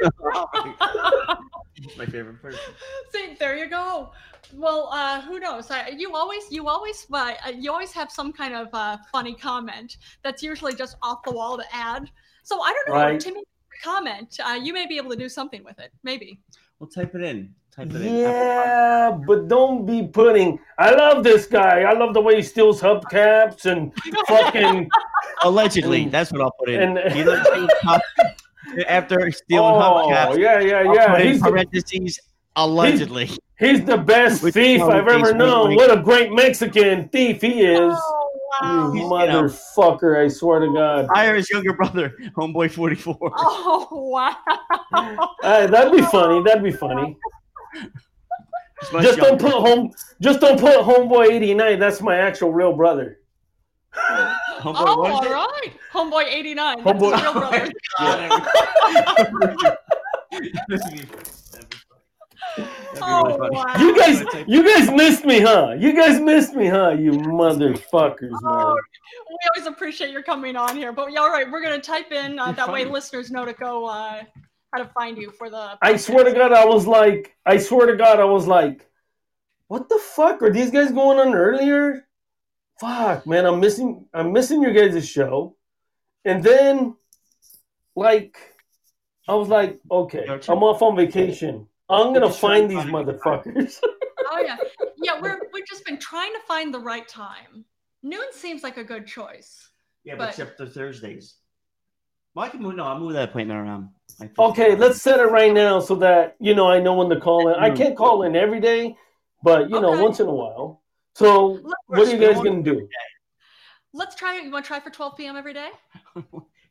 G: My favorite person.
A: See, there you go. Well, uh, who knows? I, you always, you always, uh, you always have some kind of uh, funny comment that's usually just off the wall to add. So I don't know,
C: Right.
A: Timmy, comment. Uh, you may be able to do something with it, maybe.
B: Well, type it in. Type it in.
C: Yeah, but don't be putting. I love this guy. I love the way he steals hubcaps and fucking
B: Allegedly,
C: Mm.
B: that's what I'll put in.
C: And- Oh,
B: He looks like he's hub- After stealing hubcaps,
C: Yeah, yeah,
B: I'll put
C: yeah.
B: in
C: He's the,
B: parentheses. Allegedly,
C: he's the best
B: Which
C: thief
B: probably
C: I've ever
B: tastes
C: known.
B: like-
C: What a great Mexican thief he is.
A: Oh, wow.
B: Oh,
C: You
B: He's-
C: motherfucker, I swear to God.
B: hire his younger brother, homeboy forty-four.
A: Oh wow.
C: Uh, that'd be funny. That'd be funny.
B: He's much
C: Just don't
B: younger.
C: put home. Just don't put homeboy eighty nine. That's my actual real brother.
B: Homeboy,
A: oh,
B: what is
A: all right.
B: it?
A: Homeboy 89.
C: Homeboy-
A: That's his real brother. Oh,
B: really
A: oh,
B: funny.
A: wow.
C: You guys, you guys missed me, huh? You guys missed me, huh? You motherfuckers, man.
A: Oh, we always appreciate your coming on here. But yeah, all right, we're going to type in. Uh, that way listeners know to go uh, how to find you for the.
C: I
A: podcast.
C: swear to God, I was like, I swear to God, I was like, what the fuck are these guys going on earlier? Fuck, man, I'm missing, I'm missing your guys' show. And then, like, I was like, okay, I'm off on vacation. I'm gonna find these motherfuckers.
A: Oh, yeah. Yeah, we're, we've just been trying to find the right time. Noon seems like a good choice.
G: Yeah,
A: But-
G: but except the Thursdays.
B: Well, I can move. No, I'll move that appointment around. I think-
C: Okay, let's set it right now so that you know I know when to call in. I can't call in every day, but you know
A: Okay.
C: once in a while. So, what are you guys gonna do?
A: Let's try it. You want to try for 12 p.m. every day?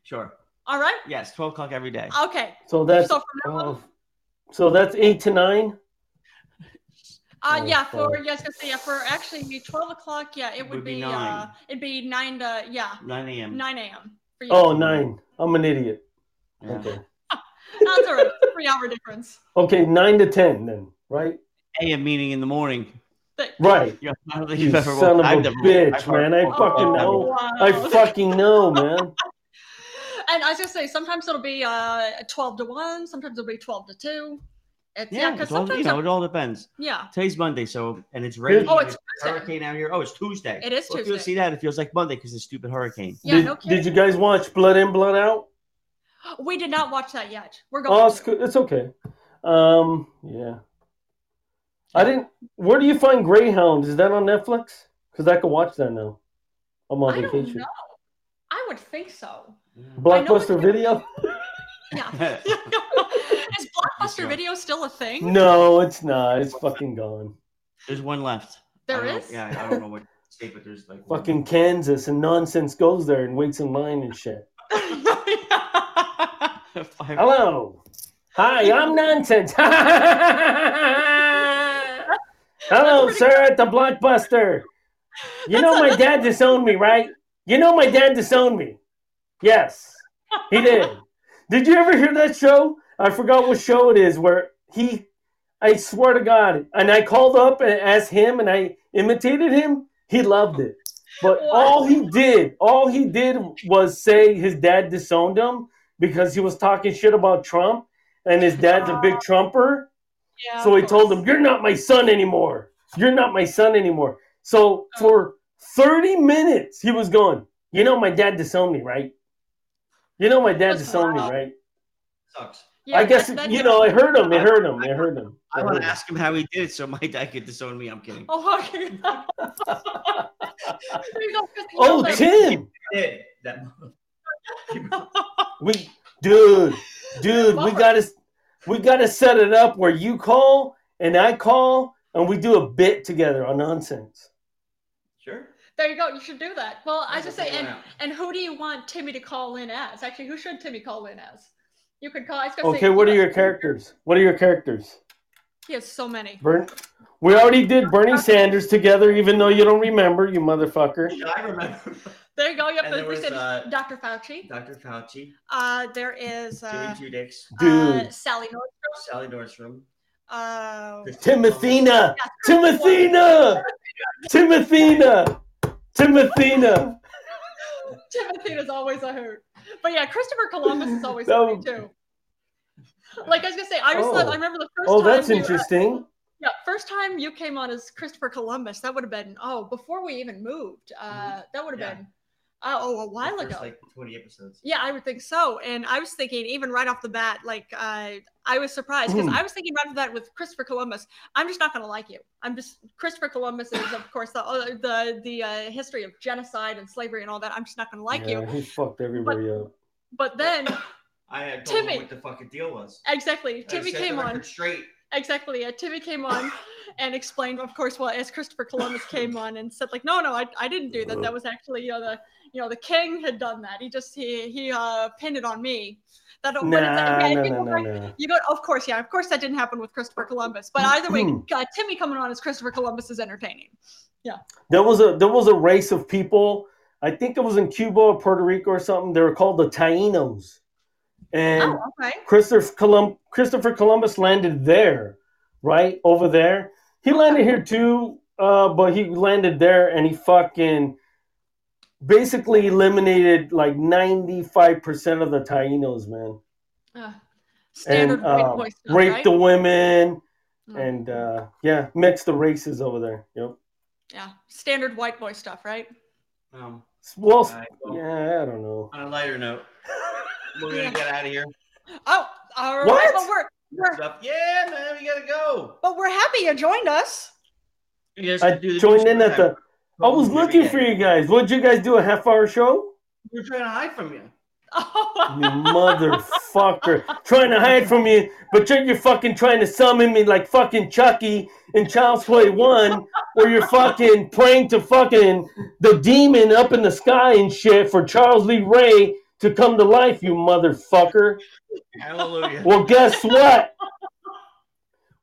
B: Sure.
A: All right.
B: Yes, twelve o'clock every day.
A: Okay.
C: So that's
A: so from now on,
C: oh, so that's eight to nine.
A: Uh,
C: Oh,
A: yeah, for
C: fuck.
A: yeah, I was gonna say yeah, for actually twelve o'clock. Yeah, it would,
B: would be
A: be, uh,
B: nine.
A: it'd be nine to yeah,
B: Nine a.m.
A: nine a.m. for you.
C: Oh, nine. I'm an idiot.
B: Yeah.
C: Okay.
A: that's all right. Three hour difference.
C: Okay, nine to ten then, right?
B: A.m. meeting in the morning.
A: But-
C: Right.
B: Yeah, I don't think
C: You
B: you've ever
C: son of
B: I've
C: a
B: never- I've
C: bitch,
B: heard-
C: man. I fucking
B: I've never-
A: Oh,
C: know.
A: wow.
C: I fucking know, man.
A: and I was gonna say sometimes it'll be uh twelve to one, sometimes it'll be twelve to two. It's, yeah,
B: Yeah,
A: because
B: it's all, you
A: sometimes
B: know,
A: I'm-
B: it all depends.
A: yeah,
B: Today's Monday, so and it's raining.
A: Oh, it's Tuesday.
B: hurricane out here. Oh, it's Tuesday.
A: It is
B: Well, If you'll
A: Tuesday.
B: see that, it feels like Monday because it's stupid hurricane.
A: yeah,
C: did,
A: no kidding.
C: did you guys watch Blood In, Blood Out?
A: we did not watch that yet. We're going.
C: Oh, it's,
A: to.
C: good. it's okay. Um, yeah. I didn't. Where do you find Greyhound? Is that on Netflix? Because I can watch that now. I'm on
A: I don't
C: vacation.
A: know. I would think so.
C: Blockbuster
A: it's-
C: Video?
A: Yeah. Is Blockbuster
B: Yeah.
A: Video still a thing?
C: No, it's not. It's fucking gone.
B: There's one left.
A: There
B: I don't-
A: is.
B: Yeah, I don't know what state, but there's like one.
C: fucking Kansas and nonsense goes there and waits in line and shit.
B: Five-
A: Oh.
C: Hello. Hi, I'm nonsense. Hello, sir, at the blockbuster. You know my dad disowned me, right? You know my dad disowned me. Yes, he did. did you ever hear that show? I forgot what show it is where he. I swear to God, and I called up and asked him, and I imitated him. He loved it, but
A: What?
C: all he did, all he did was say his dad disowned him because he was talking shit about Trump, and his dad's a big Trumper.
A: Yeah,
C: So
A: of
C: he told
A: course.
C: him, "You're not my son anymore. You're not my son anymore." So for 30 minutes, he was going, "You know, my dad disowned me, right? You know, my dad
A: That's
C: disowned me,
A: wild.
C: right?"
B: Sucks.
A: Yeah,
C: I guess
A: that- that
C: you
A: hit
C: know,
A: me.
C: it hurt him. It hurt him. It hurt him.
D: I
C: It
D: want
C: hurt
D: to
C: him.
D: ask him how he did it so my dad could disown me. I'm kidding.
A: Oh, okay. You know, 'cause he
C: Oh,
A: was like,
C: Tim,
B: Did that?
C: we, dude, dude, we
A: Bummer.
C: gotta, we gotta set it up where you call and I call and we do a bit together on nonsense.
B: Sure.
A: There you go. You should do that. Well, I just say,
B: Figure it
A: and
B: out.
A: and who do you want Timmy to call in as? Actually, who should Timmy call in as? You could call. I was gonna say,
C: Okay, what
A: he
C: are
A: has-
C: your characters? What are your characters?
A: He has so many.
C: Bern- we already did
A: Uh,
C: Bernie Sanders together, even though you don't remember, you motherfucker.
A: Uh,
B: Yeah, I remember.
A: There you go. Yep.
B: And there
A: we
B: was,
A: said
B: uh,
A: Dr. Fauci.
B: Dr. Fauci,
A: Uh, there is uh,
B: Jimmy Two Dicks,
C: Dude.
A: uh, Sally Nordstrom.
B: Sally Nordstrom,
A: Uh,
C: Timothina! Timothina! Timothina! Timothina!
A: Timothy is always a hoot. But yeah, Christopher Columbus is always
C: That
A: funny
C: was-
A: too. Like I was gonna say, I just
C: Oh.
A: thought- I remember the first
C: Oh,
A: time
C: that's
A: you- uh,
C: interesting.
A: yeah, first time you came on as Christopher Columbus, that would have been oh before we even moved. Uh, that would have
B: Mm-hmm. Yeah.
A: been uh, oh a while
B: the
A: ago.
B: first, like 20 episodes.
A: Yeah, I would think so. And I was thinking, even right off the bat, like uh, I was surprised because
C: Mhm.
A: I was thinking right off the bat with Christopher Columbus, I'm just not going to like you. I'm just Christopher Columbus is, of course, the uh, the the uh, history of genocide and slavery and all that. I'm just not going to like
C: yeah,
A: you.
C: He fucked everybody up.
A: But then,
B: I had told him
A: Timmy.
B: what the fucking deal was.
A: exactly,
B: I
A: Timmy
B: set the
A: came
B: record
A: on.
B: straight.
A: Exactly, yeah, Timmy came on and explained, of course, well, as Christopher Columbus came on and said, like, no, no, I, I didn't do that. That was actually, you know, the you know the king had done that. He just he he uh, pinned it on me. That
C: Nah,
A: when it's- okay,
C: nah,
A: you
C: nah,
A: go
C: nah,
A: back-
C: nah.
A: You go, of course, yeah, of course that didn't happen with Christopher Columbus. But either way,
C: Mm-hmm.
A: God, Timmy coming on as Christopher Columbus is entertaining.
C: There was a there was a race of people. I think it was in Cuba or Puerto Rico or something. They were called the Tainos, and
A: oh, okay.
C: Christopher, Colum- Christopher Columbus landed there, right over there. He landed here too, uh, but he landed there and he fucking basically eliminated like ninety five percent of the Tainos, man.
A: Uh, standard
C: and um,
A: white boy stuff,
C: raped
A: right?
C: the women
A: Mm.
C: and uh, yeah, mixed the races over there. Yep.
A: yeah, standard white boy stuff, right?
B: Um,
C: Well,
B: all right, well,
C: Oh, yeah, I don't know.
B: On a lighter note, we're
A: Yeah.
B: gonna get out of here.
A: Oh, all right,
C: What?
A: but we're
B: Next up, yeah, man, we gotta go.
A: but we're happy you joined us.
B: You guys
C: I
B: can do the
C: joined
B: news
C: in at the.
B: program.
C: I was looking for you guys. Would you guys do a half hour show?
B: We're trying to hide from you.
C: You
A: Oh,
C: motherfucker. trying to hide from you, but you're, you're fucking trying to summon me like fucking Chucky in Child's Play 1, where you're fucking praying to fucking the demon up in the sky and shit for Charles Lee Ray to come to life, you motherfucker.
B: Hallelujah.
C: Well, guess what?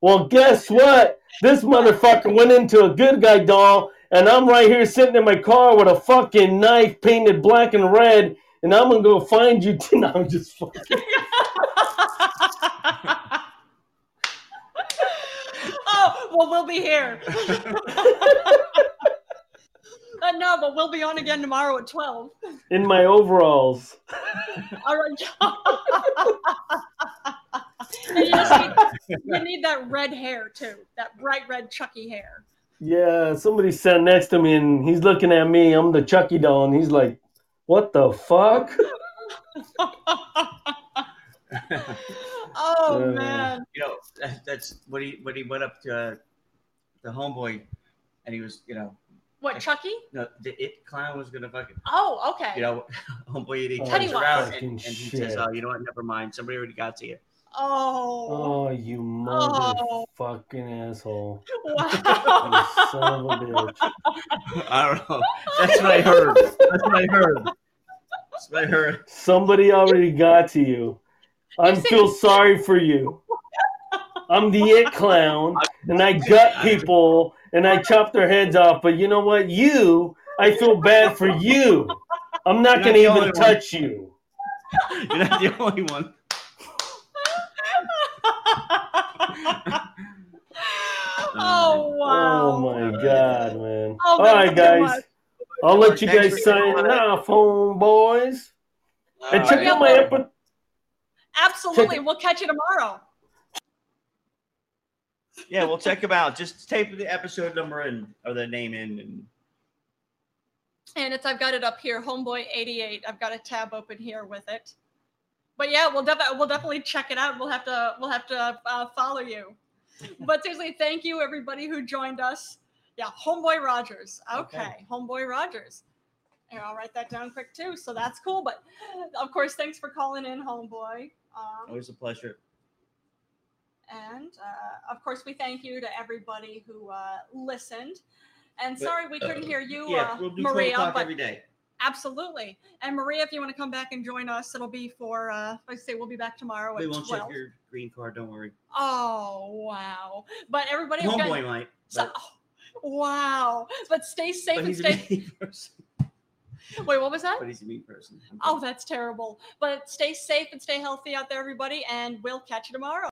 C: Well, guess what? This motherfucker went into a good guy doll, and I'm right here sitting in my car with a fucking knife painted black and red, and I'm gonna go find you. tonight. I'm just fucking.
A: oh well, we'll be here. Uh, no, but we'll be on again tomorrow at twelve.
C: in my overalls.
A: All right. And you, just need, you need that red hair too, that bright red Chucky hair.
C: Yeah, somebody sat next to me, and he's looking at me. I'm the Chucky doll, and he's like, "What the fuck?"
A: oh
C: Yeah.
A: man,
B: you know, that, that's what he when he went up to uh, the homeboy, and he was, you know,
A: what Chucky?
B: no, the it clown was gonna fucking,
A: Oh, okay.
B: you know, homeboy and he
C: Oh,
B: turns around and,
C: fucking
B: and he
C: shit.
B: says, "Oh, you know what? Never mind. Somebody already got to you."
A: oh,
C: Oh, you
A: Oh.
C: motherfucking asshole! You
A: wow.
C: son of a bitch.
B: I don't know. That's what I heard. That's what I heard. That's what I heard.
C: Somebody already got to you. I
A: You
C: feel sorry for you. I'm the it clown, and I gut people, and I chop their heads off. But you know what? You, I feel bad for you. I'm
D: You're not
C: not gonna
D: the
C: even
D: only one.
C: touch you.
D: You're not the only one.
A: oh wow.
C: Oh my god, man.
A: Oh,
C: All
A: man,
C: right,
A: so
C: guys.
A: much.
C: I'll let you
D: Thanks
C: guys
D: for coming
C: sign
D: on.
C: off, home boys. And
D: All
C: check
D: right.
C: out my epi-
A: Absolutely. We'll catch you tomorrow.
D: Yeah, we'll check him out. Just
B: Just tape the episode number in or the name in, and
A: And it's I've got it up here, Homeboy eighty eight. I've got a tab open here with it. But yeah, we'll definitely we'll definitely check it out. We'll have to we'll have to uh, follow you. But seriously, thank you everybody who joined us. Yeah, Homeboy Rogers. Okay, Homeboy Rogers. Here, I'll write that down quick too. So that's cool. But of course, thanks for calling in, Homeboy. Um,
B: always a pleasure.
A: and uh, of course, we thank you to everybody who uh, listened. And sorry we couldn't hear you,
B: Yeah,
A: uh,
B: we'll do 12
A: Maria.
B: o'clock
A: But
B: every day.
A: Absolutely. And Maria, if you want to come back and join us, it'll be for uh I say we'll be back tomorrow
B: We
A: at
B: won't
A: 12.
B: check your green card, don't worry.
A: Oh wow. But everybody has got-
B: Homeboy might.
A: so,
B: But,
A: wow. But stay safe
B: but
A: and
B: he's a
A: stay
B: mean person.
A: Wait, what was that?
B: But he's a mean person. I'm
A: Oh, that's terrible. But stay safe and stay healthy out there everybody and we'll catch you tomorrow.